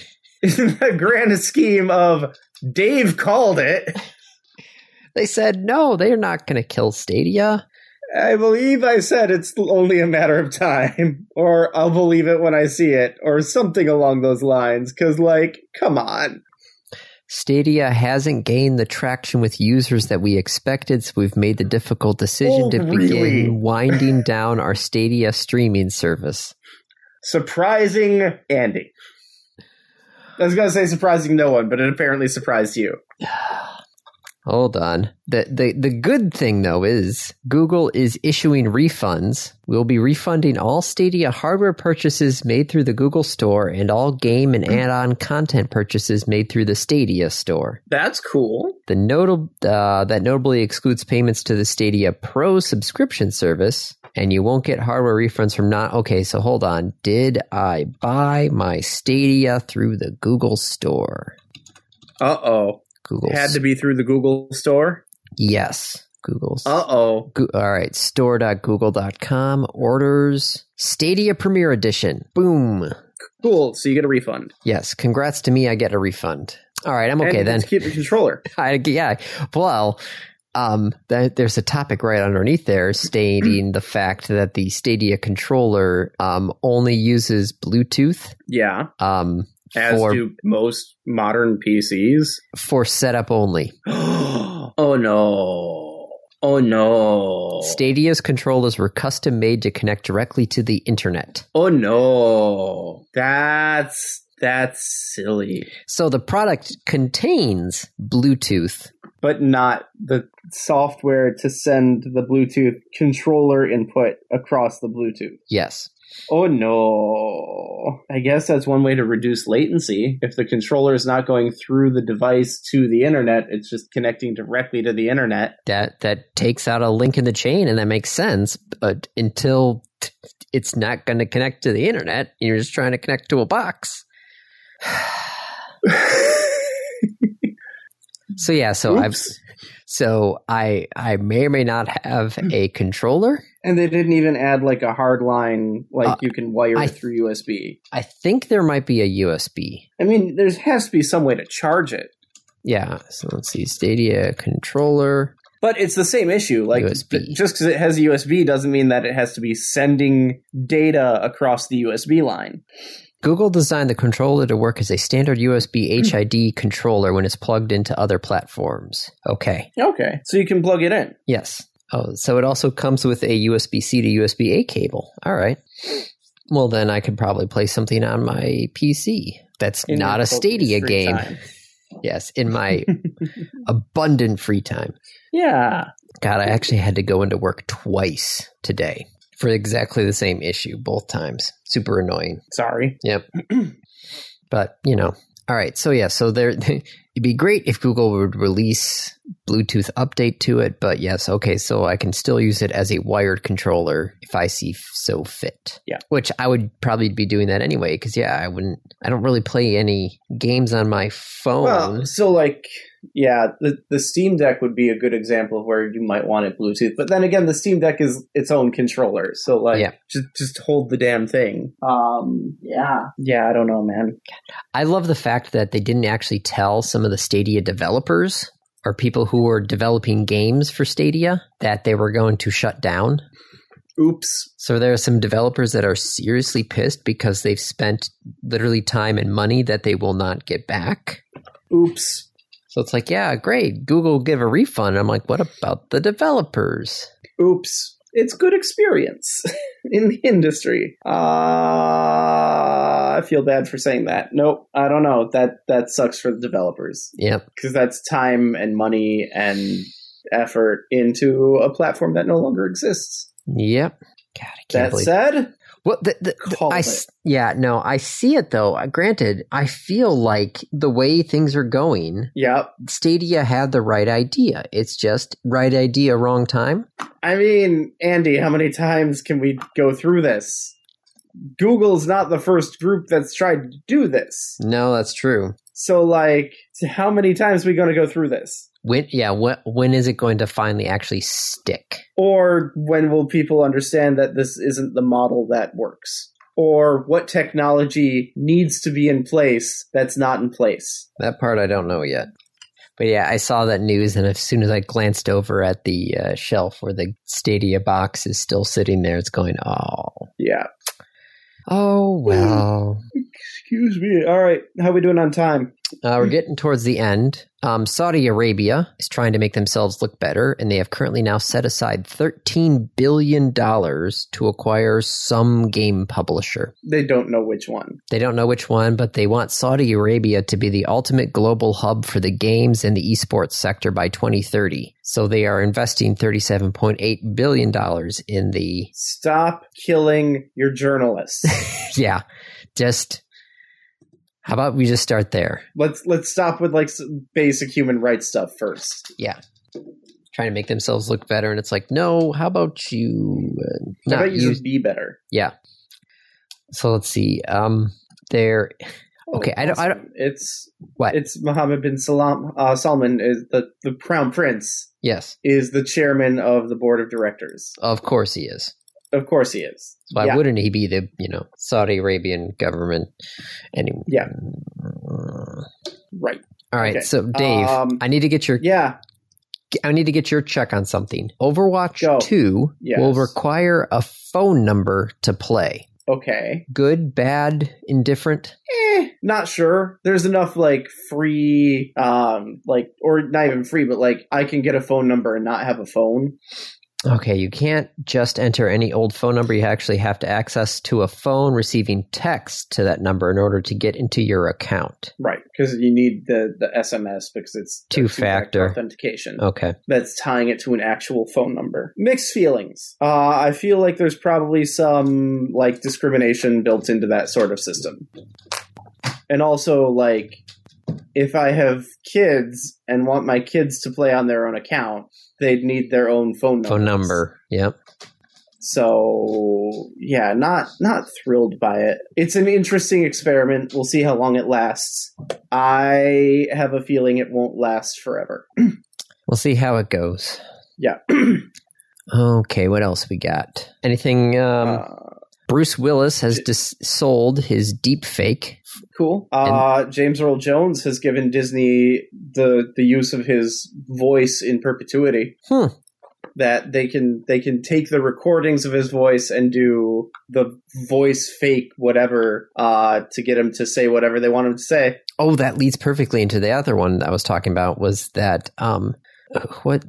In the grand scheme of Dave called it, They said no. They are not going to kill Stadia. I believe I said it's only a matter of time, or I'll believe it when I see it, or something along those lines. Because, like, come on. Stadia hasn't gained the traction with users that we expected, so we've made the difficult decision Oh, to really? begin winding down our Stadia streaming service. Surprising Andy. I was going to say surprising no one, but it apparently surprised you. Hold on. The, the the good thing though is Google is issuing refunds. We'll be refunding all Stadia hardware purchases made through the Google Store and all game Hmm. and add-on content purchases made through the Stadia store. That's cool. The notable uh, that notably excludes payments to the Stadia Pro subscription service, and you won't get hardware refunds from not. Okay, so hold on. Did I buy my Stadia through the Google Store? Uh oh. Google Had to be through the Google store. yes, Google's. Uh oh. Go- all right, store.google.com orders Stadia Premier Edition. Boom. Cool. So you get a refund. Yes, congrats to me. I get a refund. All right, I'm okay and then. it's Keep the controller. I, yeah. Well, um, th- there's a topic right underneath there stating the fact that the Stadia controller um, only uses Bluetooth Yeah. um, As for do most modern PCs. for setup only. oh no. Oh no. Stadia's controllers were custom made to connect directly to the internet. oh no. That's that's silly. So the product contains Bluetooth. But not the software to send the Bluetooth controller input across the Bluetooth. Yes. Oh no. I guess that's one way to reduce latency. If the controller is not going through the device to the internet, it's just connecting directly to the internet. that that takes out a link in the chain and that makes sense but until t- it's not going to connect to the internet and you're just trying to connect to a box so yeah so Oops. i've so i i may or may not have a controller And they didn't even add like a hard line, like Uh, you can wire I- it through USB. i think there might be a usb I mean, there has to be some way to charge it, yeah so let's see stadia controller but it's the same issue. Like, USB. th- just because it has a USB doesn't mean that it has to be sending data across the USB line. Google designed the controller to work as a standard USB HID controller when it's plugged into other platforms. Okay. Okay, so you can plug it in. Yes. Oh, so it also comes with a USB C to USB A cable. All right. Well, then I could probably play something on my PC. That's in not your a Stadia free game. time. Yes, in my abundant free time. Yeah, God, I actually had to go into work twice today for exactly the same issue both times. Super annoying. sorry. But, you know, All right. So yeah, so there it'd be great if Google would release Bluetooth update to it, but yes, okay, so I can still use it as a wired controller if I see f- so fit. Yeah. Which I would probably be doing that anyway cuz yeah, I wouldn't I don't really play any games on my phone. Well, so like, yeah, the the Steam Deck would be a good example of where you might want it Bluetooth. But then again, the Steam Deck is its own controller, so like, Yeah. just just hold the damn thing. Um, yeah, yeah, I don't know, man. I love the fact that they didn't actually tell some of the Stadia developers or people who were developing games for Stadia that they were going to shut down. Oops. So there are some developers that are seriously pissed because they've spent literally time and money that they will not get back. Oops. So it's like, yeah, great. Google give a refund. I'm like, what about the developers? Oops. It's good experience in the industry. Uh, I feel bad for saying that. Nope, I don't know. That that sucks for the developers Yeah. because that's time and money and effort into a platform that no longer exists. Yep. God, I can't That believe said, Well, the, the, the- Called I it. s- yeah, no, I see it though. Uh, Granted, I feel like the way things are going, yep. Stadia had the right idea. It's just right idea, wrong time. I mean, Andy, how many times can we go through this? Google's not the first group that's tried to do this. No, that's true. So, like, how many times are we going to go through this? When yeah, wh- when is it going to finally actually stick? Or when will people understand that this isn't the model that works? Or what technology needs to be in place that's not in place? That part I don't know yet. But yeah, I saw that news, and as soon as I glanced over at the uh, shelf where the Stadia box is still sitting there, it's going, oh, Yeah. oh well. Excuse me. All right. How we doing on time? Uh, we're getting towards the end. Um, Saudi Arabia is trying to make themselves look better, and they have currently now set aside $13 billion to acquire some game publisher. They don't know which one. They don't know which one, but they want Saudi Arabia to be the ultimate global hub for the games and the esports sector by 2030. So they are investing $37.8 billion in the, Stop killing your journalists. yeah, just, how about we just start there? let's let's stop with like some basic human rights stuff first. Trying to make themselves look better. And it's like, no, how about you? uh, How Not about you you. just be better? So let's see. Um, there, Okay, I don't- I don't- It's What? It's Mohammed bin Salam uh, Salman is the the crown prince yes, is the chairman of the board of directors. of course he is. Of course he is. Why yeah. wouldn't he be the, you know, Saudi Arabian government? Any- Yeah. right. All right, Okay. so Dave, Um, I need to get your Yeah. I need to get your check on something. Overwatch Go. 2 Yes. will require a phone number to play. Okay. Good, bad, indifferent. Eh, not sure. There's enough like free um like or not even free, but like I can get a phone number and not have a phone. Okay, you can't just enter any old phone number. You actually have to access to a phone receiving text to that number in order to get into your account. Right, because you need the the SMS because it's the Two-factor. Oh. authentication Okay. that's tying it to an actual phone number. Mixed feelings. Uh, I feel like there's probably some like discrimination built into that sort of system, and also like if I have kids and want my kids to play on their own account, they'd need their own phone number. Phone number. Yep. So yeah, not not thrilled by it. It's an interesting experiment. We'll see how long it lasts. I have a feeling it won't last forever. We'll see how it goes. Yeah. Okay, what else we got? Anything um Uh, Bruce Willis has dis- sold his deep fake. cool. Uh, James Earl Jones has given Disney the the use of his voice in perpetuity. Hmm. That they can they can take the recordings of his voice and do the voice fake whatever uh, to get him to say whatever they want him to say. Oh, that leads perfectly into the other one I was talking about was that um what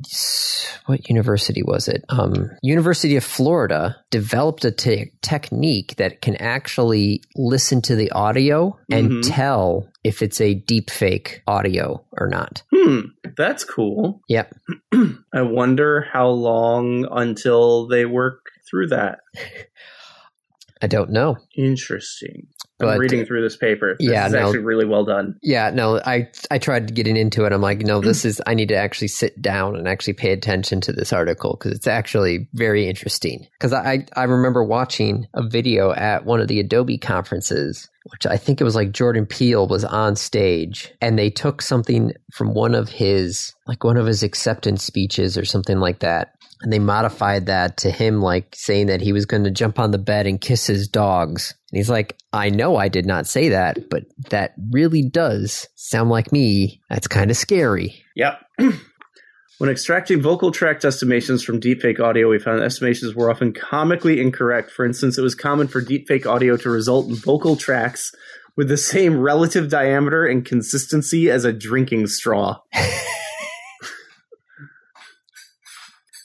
what university was it? Um University of Florida developed a te- technique that can actually listen to the audio and Mhm. tell if it's a deep fake audio or not. Hmm, that's cool. Yep. I wonder how long until they work through that. I don't know. Interesting. I'm But uh, reading through this paper. This yeah, is no. actually really well done. yeah, no, I I tried getting into it. I'm like, no, this is I need to actually sit down and actually pay attention to this article because it's actually very interesting. Because I I remember watching a video at one of the Adobe conferences, which I think it was like Jordan Peele was on stage, and they took something from one of his like one of his acceptance speeches or something like that. And they modified that to him, like saying that he was going to jump on the bed and kiss his dogs. And he's like, I know I did not say that, but that really does sound like me. That's kind of scary. Yep. when extracting vocal tract estimations from deepfake audio, we found estimations were often comically incorrect. For instance, it was common for deepfake audio to result in vocal tracts with the same relative diameter and consistency as a drinking straw.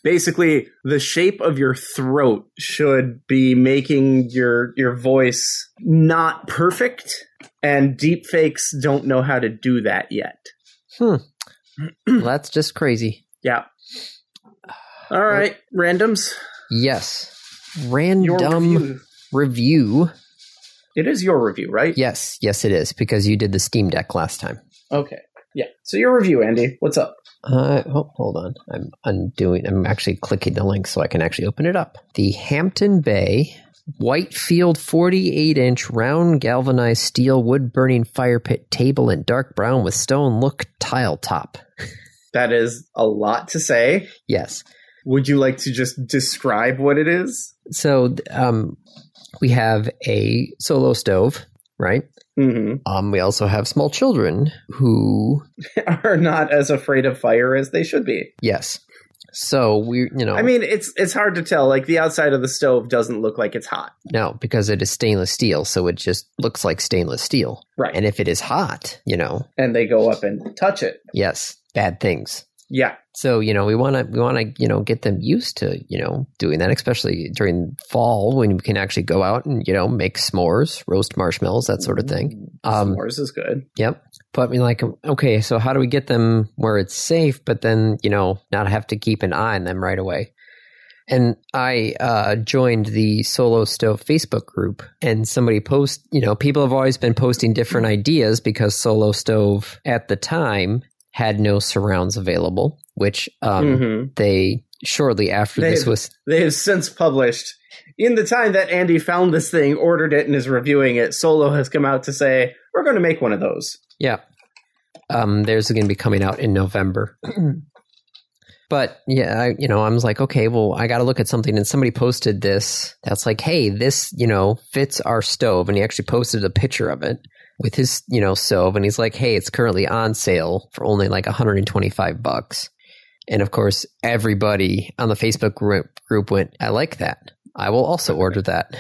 Basically, the shape of your throat should be making your your voice not perfect, and deepfakes don't know how to do that yet. Well, that's just crazy. Yeah. All right, randoms. Yes. Your Random review. review. It is your review, right? Yes, yes, it is because you did the Steam Deck last time. Okay. Yeah. So your review, Andy. What's up? Uh, oh, hold on. I'm undoing. I'm actually clicking the link so I can actually open it up. The Hampton Bay Whitefield 48 inch round galvanized steel wood burning fire pit table in dark brown with stone look tile top. That is a lot to say. Yes. Would you like to just describe what it is? So um, we have a solo stove, right? Mm-hmm. Um, we also have small children who, Are not as afraid of fire as they should be. yes. So we, you know, I mean, it's it's hard to tell. Like the outside of the stove doesn't look like it's hot. no, because it is stainless steel, so it just looks like stainless steel. Right. And if it is hot, you know, And they go up and touch it. yes, bad things. Yeah. So you know, we want to we want to you know get them used to you know doing that, especially during fall when we can actually go out and you know make s'mores, roast marshmallows, that sort of thing. Um, Mm-hmm. S'mores is good. Yep. But I mean, like, okay, so how do we get them where it's safe, but then, you know, not have to keep an eye on them right away? And I uh, joined the Solo Stove Facebook group, and somebody post, you know, people have always been posting different ideas because Solo Stove at the time had no surrounds available, which um, Mhm. they shortly after They- this was They have since published. In the time that Andy found this thing, ordered it, and is reviewing it, Solo has come out to say, We're going to make one of those. Yeah. Um, theirs is going to be coming out in November. but yeah, I, you know, I was like, okay, well, I got to look at something. And somebody posted this that's like, hey, this, you know, fits our stove. And he actually posted a picture of it with his, you know, stove. And he's like, hey, it's currently on sale for only like 125 bucks. And of course, everybody on the Facebook group, group went, I like that. I will also order that.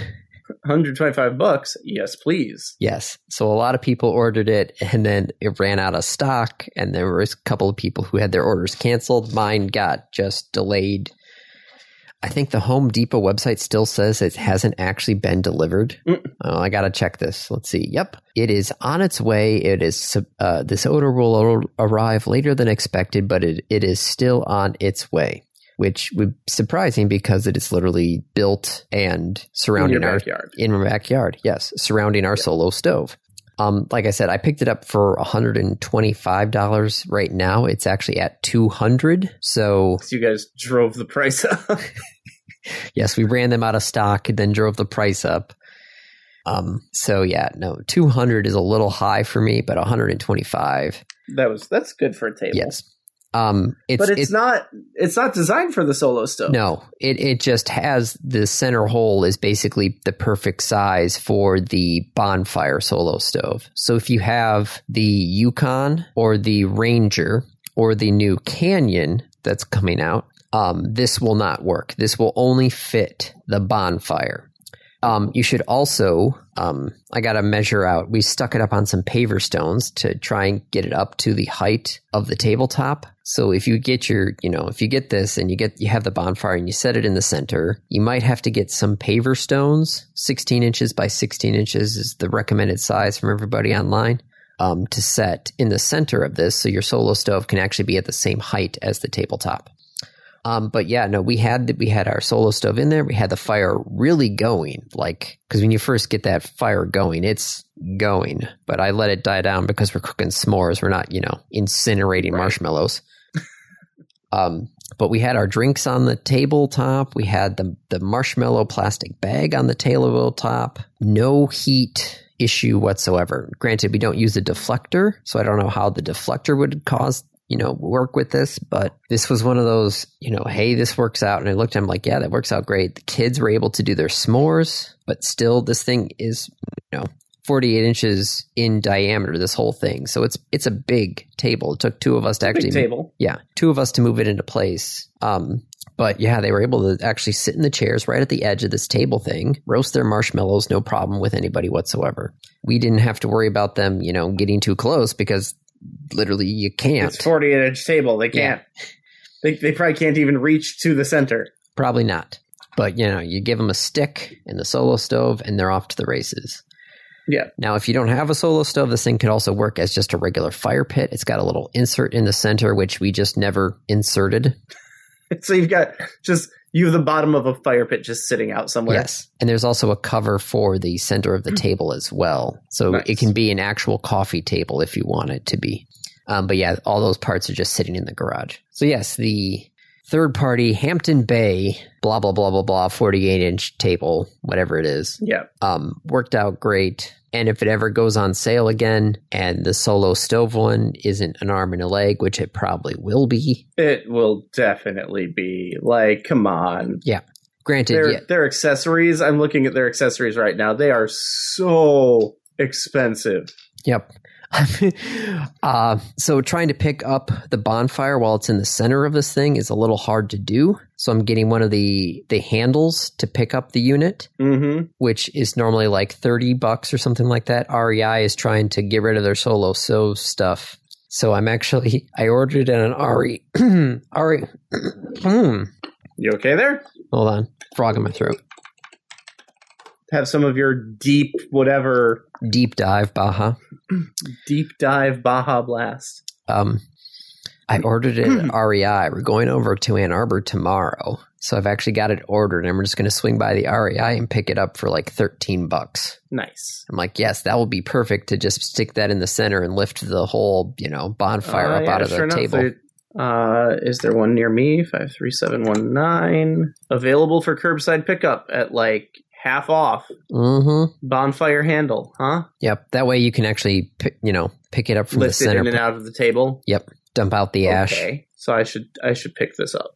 125 bucks. Yes, please. Yes. So a lot of people ordered it and then it ran out of stock. And there was a couple of people who had their orders canceled. Mine got just delayed. I think the Home Depot website still says it hasn't actually been delivered. Mm. Oh, I got to check this. Let's see. Yep. It is on its way. It is, uh, this order will ar- arrive later than expected, but it, it is still on its way, which would surprising because it is literally built and In your surrounding our backyard. in my backyard. Yes, surrounding our solo stove. Um, like I said, I picked it up for one hundred and twenty-five dollars. Right now, it's actually at two hundred. So So you guys drove the price up. yes, we ran them out of stock and then drove the price up. Um, so yeah, no, two hundred is a little high for me, but one hundred and twenty-five. that was that's good for a table. Yes, um, it's, but it's- it's, not it's not designed for the solo stove. No, it, it just has the center hole is basically the perfect size for the bonfire solo stove. So if you have the Yukon or the Ranger or the new Canyon that's coming out, um, this will not work. This will only fit the bonfire. Um, you should also, um, I got to measure out. We stuck it up on some paver stones to try and get it up to the height of the tabletop. So if you get your, you know, if you get this and you get, you have the bonfire and you set it in the center, you might have to get some paver stones. 16 inches by 16 inches is the recommended size from everybody online um, to set in the center of this. So your solo stove can actually be at the same height as the tabletop Um, but yeah, no, we had the, we had our solo stove in there. We had the fire really going, like because when you first get that fire going, it's going. But I let it die down because we're cooking s'mores. We're not, you know, incinerating Right. marshmallows. um, but we had our drinks on the tabletop. We had the the marshmallow plastic bag on the tabletop. No heat issue whatsoever. Granted, we don't use a deflector, so I don't know how the deflector would cause you know work with this. But this was one of those you know, hey, this works out. And I looked at him like, yeah, that works out great. The kids were able to do their s'mores, but still, this thing is you know 48 inches in diameter. This whole thing, so it's it's a big table. It took two of us to actually Big table. yeah, two of us to move it into place. Um, but yeah, they were able to actually sit in the chairs right at the edge of this table thing, roast their marshmallows, no problem with anybody whatsoever. We didn't have to worry about them, you know, getting too close because literally you can't. It's forty-eight inch table. They can't. They, they probably can't even reach to the center. Probably not. But you know, you give them a stick and the solo stove, and they're off to the races. Yeah. Now, if you don't have a solo stove, this thing could also work as just a regular fire pit. It's got a little insert in the center, which we just never inserted. So you've got just you have the bottom of a fire pit just sitting out somewhere. Mm. Yes. And there's also a cover for the center of the table as well. So Nice. it can be an actual coffee table if you want it to be. Um, but yeah, all those parts are just sitting in the garage. So, yes, the third party Hampton Bay, blah, blah, blah, blah, blah, 48 inch table, whatever it is, Yeah. um, worked out great. And if it ever goes on sale again and the solo stove one isn't an arm and a leg, which it probably will be, It will definitely be like, come on. granted, Their yeah, their accessories. I'm looking at their accessories right now. They are so expensive. Yep. uh, so trying to pick up the bonfire while it's in the center of this thing is a little hard to do. So I'm getting one of the the handles to pick up the unit, Mm-hmm. which is normally like thirty bucks or something like that. REI is trying to get rid of their solo so stuff. So I'm actually I ordered an E, RE RE hold You okay there? hmm, on frog in my throat Have some of your deep whatever deep dive Baja deep dive Baja Blast. Um, I ordered it Hmm. at REI. We're going over to Ann Arbor tomorrow, so I've actually got it ordered, and we're just going to swing by the REI and pick it up for like thirteen bucks. Nice. I'm like, yes, that will be perfect to just stick that in the center and lift the whole, you know, bonfire Uh, up yeah, out of sure the enough. table. There- Uh, is there one near me? Five three seven one nine. Available for curbside pickup at like half off. Mm-hmm. Bonfire handle, huh? Yep. That way you can actually, pick, you know, pick it up from Lift the it center, in and out of the table. dump out the ash. Okay. So I should I should pick this up.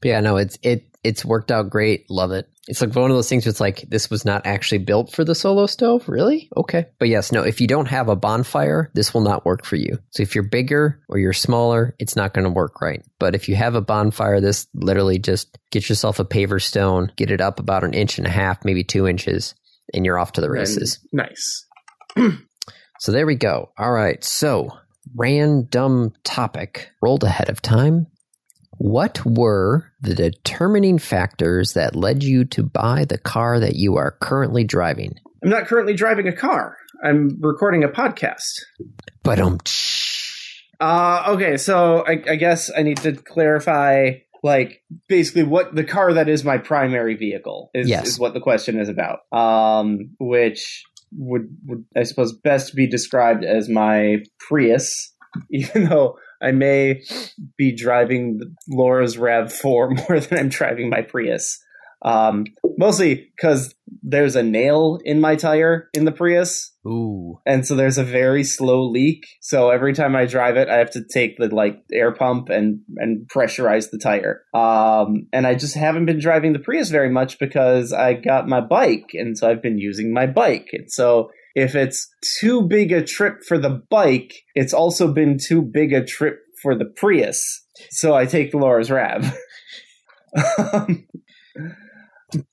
But yeah, no, it's it it's worked out great. Love it. It's like one of those things where it's like this was not actually built for the solo stove, really? Okay. But yes, no, if you don't have a bonfire, this will not work for you. So if you're bigger or you're smaller, it's not going to work right. But if you have a bonfire, this literally just get yourself a paver stone, get it up about an inch and a half, maybe 2 inches, and you're off to the And- races. Nice. So there we go. All right. So, random topic rolled ahead of time. What were the determining factors that led you to buy the car that you are currently driving? I'm not currently driving a car. I'm recording a podcast. But um, Uh, okay, so I, I guess I need to clarify, like, basically what the car that is my primary vehicle is, Yes. is what the question is about. Um, which would, would, I suppose, best be described as my Prius, even though I may be driving Laura's RAV4 more than I'm driving my Prius. Um, mostly because there's a nail in my tire in the Prius ooh, and so there's a very slow leak. So every time I drive it, I have to take the like air pump and and pressurize the tire. Um, and I just haven't been driving the Prius very much because I got my bike, and so I've been using my bike. And so if it's too big a trip for the bike, it's also been too big a trip for the Prius. So I take the Laura's Rab. um,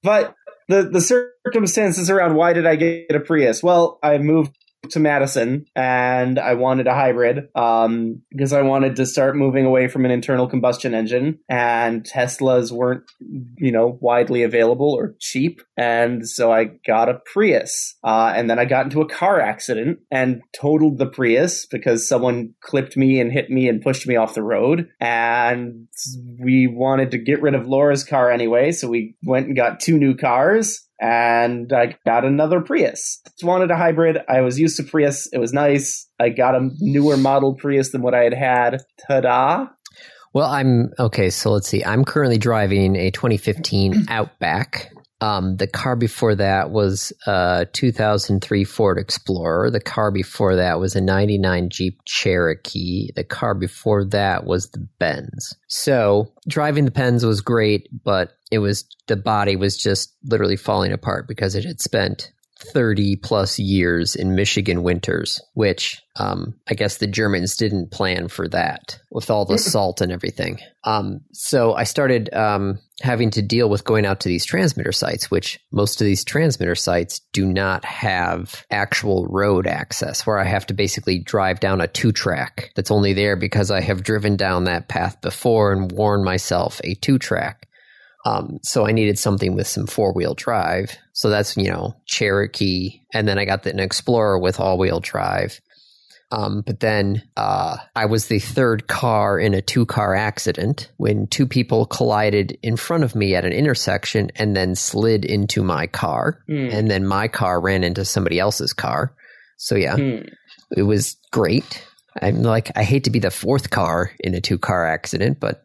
but the the circumstances around why did I get a Prius? Well, I moved to Madison and I wanted a hybrid um, because I wanted to start moving away from an internal combustion engine and Teslas weren't, you know, widely available or cheap. And so I got a Prius. Uh, and then I got into a car accident and totaled the Prius because someone clipped me and hit me and pushed me off the road. And we wanted to get rid of Laura's car anyway. So we went and got two new cars and I got another Prius. Just wanted a hybrid. I was used to Prius. It was nice. I got a newer model Prius than what I had had. Ta-da! Well, I'm okay. So let's see. I'm currently driving a 2015 Outback. Um, the car before that was a 2003 Ford Explorer. The car before that was a 99 Jeep Cherokee. The car before that was the Benz. So driving the Benz was great, but it was the body was just literally falling apart because it had spent 30 plus years in Michigan winters, which um, I guess the Germans didn't plan for that with all the salt and everything. Um, so I started um, having to deal with going out to these transmitter sites, which most of these transmitter sites do not have actual road access, where I have to basically drive down a two track that's only there because I have driven down that path before and worn myself a two track. Um, so I needed something with some four wheel drive. So that's, you know, Cherokee. And then I got the, an Explorer with all wheel drive. Um, but then uh, I was the third car in a two car accident when two people collided in front of me at an intersection and then slid into my car. Mm. And then my car ran into somebody else's car. So yeah, Hmm. it was great. I'm like, I hate to be the fourth car in a two car accident, but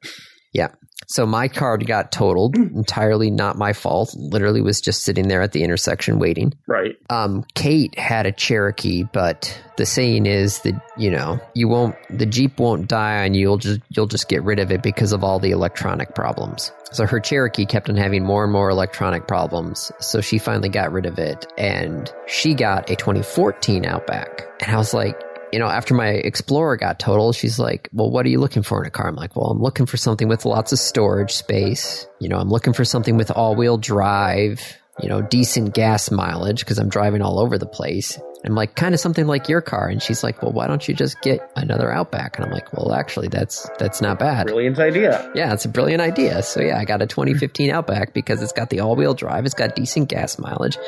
yeah. So my car got totaled, entirely not my fault. Literally was just sitting there at the intersection waiting. Right. Um, Kate had a Cherokee, but the saying is that you know you won't, the Jeep won't die on you. You'll just you'll just get rid of it because of all the electronic problems. So her Cherokee kept on having more and more electronic problems. So she finally got rid of it, and she got a 2014 Outback. And I was like, you know, after my Explorer got total, she's like, Well, what are you looking for in a car? I'm like, Well, I'm looking for something with lots of storage space. You know, I'm looking for something with all wheel drive, you know, decent gas mileage because I'm driving all over the place. I'm like, kind of something like your car. And she's like, Well, why don't you just get another Outback? And I'm like, Well, actually, that's that's not bad. Brilliant idea. Yeah, it's a brilliant idea. So yeah, I got a 2015 Outback because it's got the all-wheel drive, it's got decent gas mileage.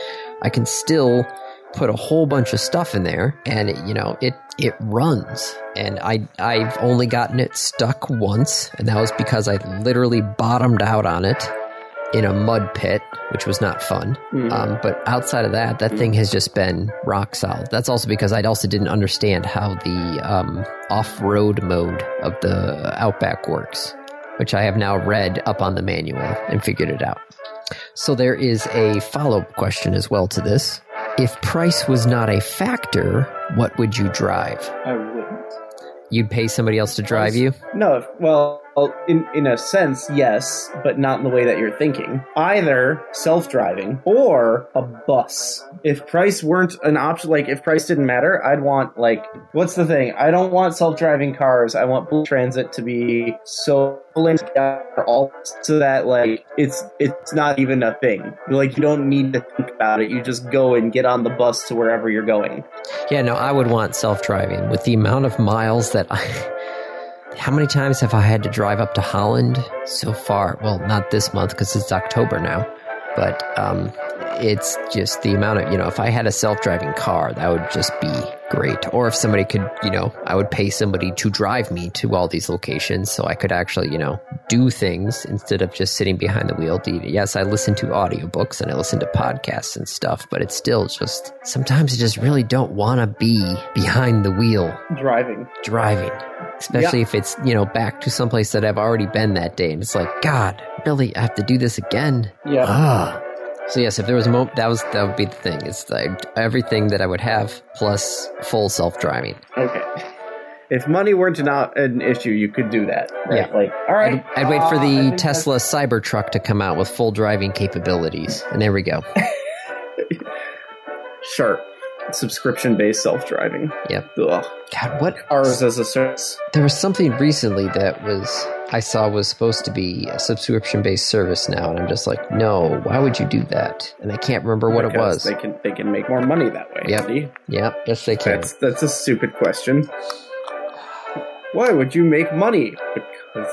I can still put a whole bunch of stuff in there and it, you know, it it runs. And I I've only gotten it stuck once, and that was because I literally bottomed out on it in a mud pit, which was not fun. Hmm. Um, but outside of that, that thing has just been rock solid. That's also because I also didn't understand how the um, off-road mode of the Outback works, which I have now read up on the manual and figured it out. So there is a follow-up question as well to this. If price was not a factor, what would you drive? I wouldn't. You'd pay somebody else to drive you? No, if- well, in in a sense, yes, but not in the way that you're thinking. Either self-driving or a bus. If price weren't an option, like if price didn't matter, I'd want like what's the thing? I don't want self-driving cars. I want public transit to be so linked together, all so that like it's it's not even a thing. Like you don't need to think about it. You just go and get on the bus to wherever you're going. Yeah, no, I would want self driving with the amount of miles that I. How many times have I had to drive up to Holland so far? Well, not this month because it's October now, but um, it's just the amount of, you know, if I had a self driving car, that would just be great. Or if somebody could, you know, I would pay somebody to drive me to all these locations so I could actually, you know, do things instead of just sitting behind the wheel. Yes, I listen to audiobooks and I listen to podcasts and stuff, but it's still just sometimes I just really don't want to be behind the wheel Driving. driving, especially if it's you know back to someplace that I've already been that day, and it's like God, really, I have to do this again. Yeah. Ah. So yes, if there was a moment, that was that would be the thing. It's like everything that I would have plus full self driving. Okay. If money weren't an, o- an issue, you could do that. Right? Like, all right. I'd, I'd wait for uh, I the think that's- Tesla Cybertruck to come out with full driving capabilities, and there we go. Sure. Subscription based self driving. Yep. Ugh. God, what Ours as a service. There was something recently that was I saw was supposed to be a subscription based service now, and I'm just like, no, why would you do that? And I can't remember what it Because was. They can they can make more money that way. Yep. Andy. yep, yes, they can. That's that's a stupid question. Why would you make money? Because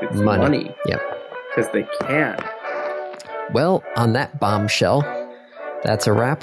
it's Money. money. Yep. Because they can. Well, on that bombshell, that's a wrap.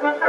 Thank you.